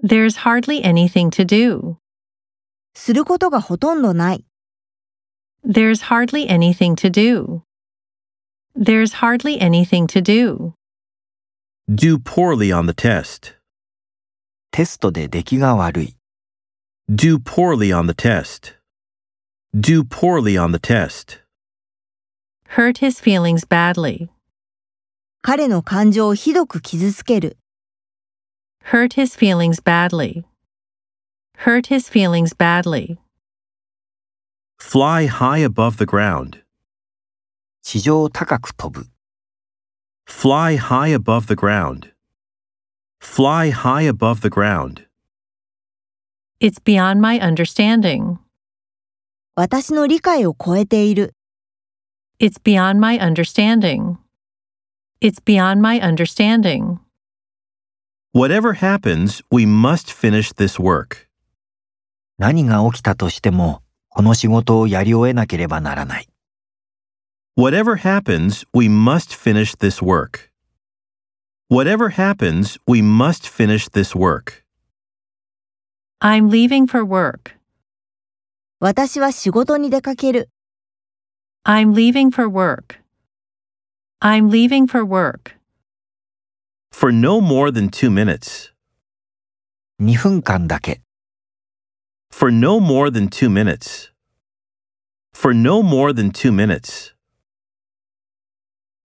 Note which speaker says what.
Speaker 1: There's hardly anything to do.
Speaker 2: することがほとんどない。
Speaker 1: There's hardly anything to do. There's hardly anything to do.
Speaker 3: Do poorly on the test.
Speaker 4: テストで出来が悪い。
Speaker 3: Do poorly on the test. Do poorly on the test.
Speaker 1: Hurt his feelings badly.
Speaker 2: 彼の感情をひどく傷つける。
Speaker 1: Hurt his feelings badly. Hurt his feelings badly.
Speaker 3: Fly high above the ground.
Speaker 4: 地上高く飛ぶ。
Speaker 3: Fly high above the ground. Fly high above the ground.
Speaker 1: It's beyond my understanding.
Speaker 2: 私の理解を超えている。
Speaker 1: It's beyond my understanding. It's beyond my understanding.
Speaker 3: Whatever happens, we must finish this work.
Speaker 4: 何が起きたとしても、この仕事をやり終えなければならない。
Speaker 3: Whatever happens, we must finish this work. Whatever happens, we must finish this work.
Speaker 1: I'm leaving for work.
Speaker 2: 私は仕事に出かける。
Speaker 1: I'm leaving for work. I'm leaving for work.
Speaker 3: For no more than two minutes.
Speaker 4: 2分間だけ。
Speaker 3: For no more than two minutes. For no more than two minutes.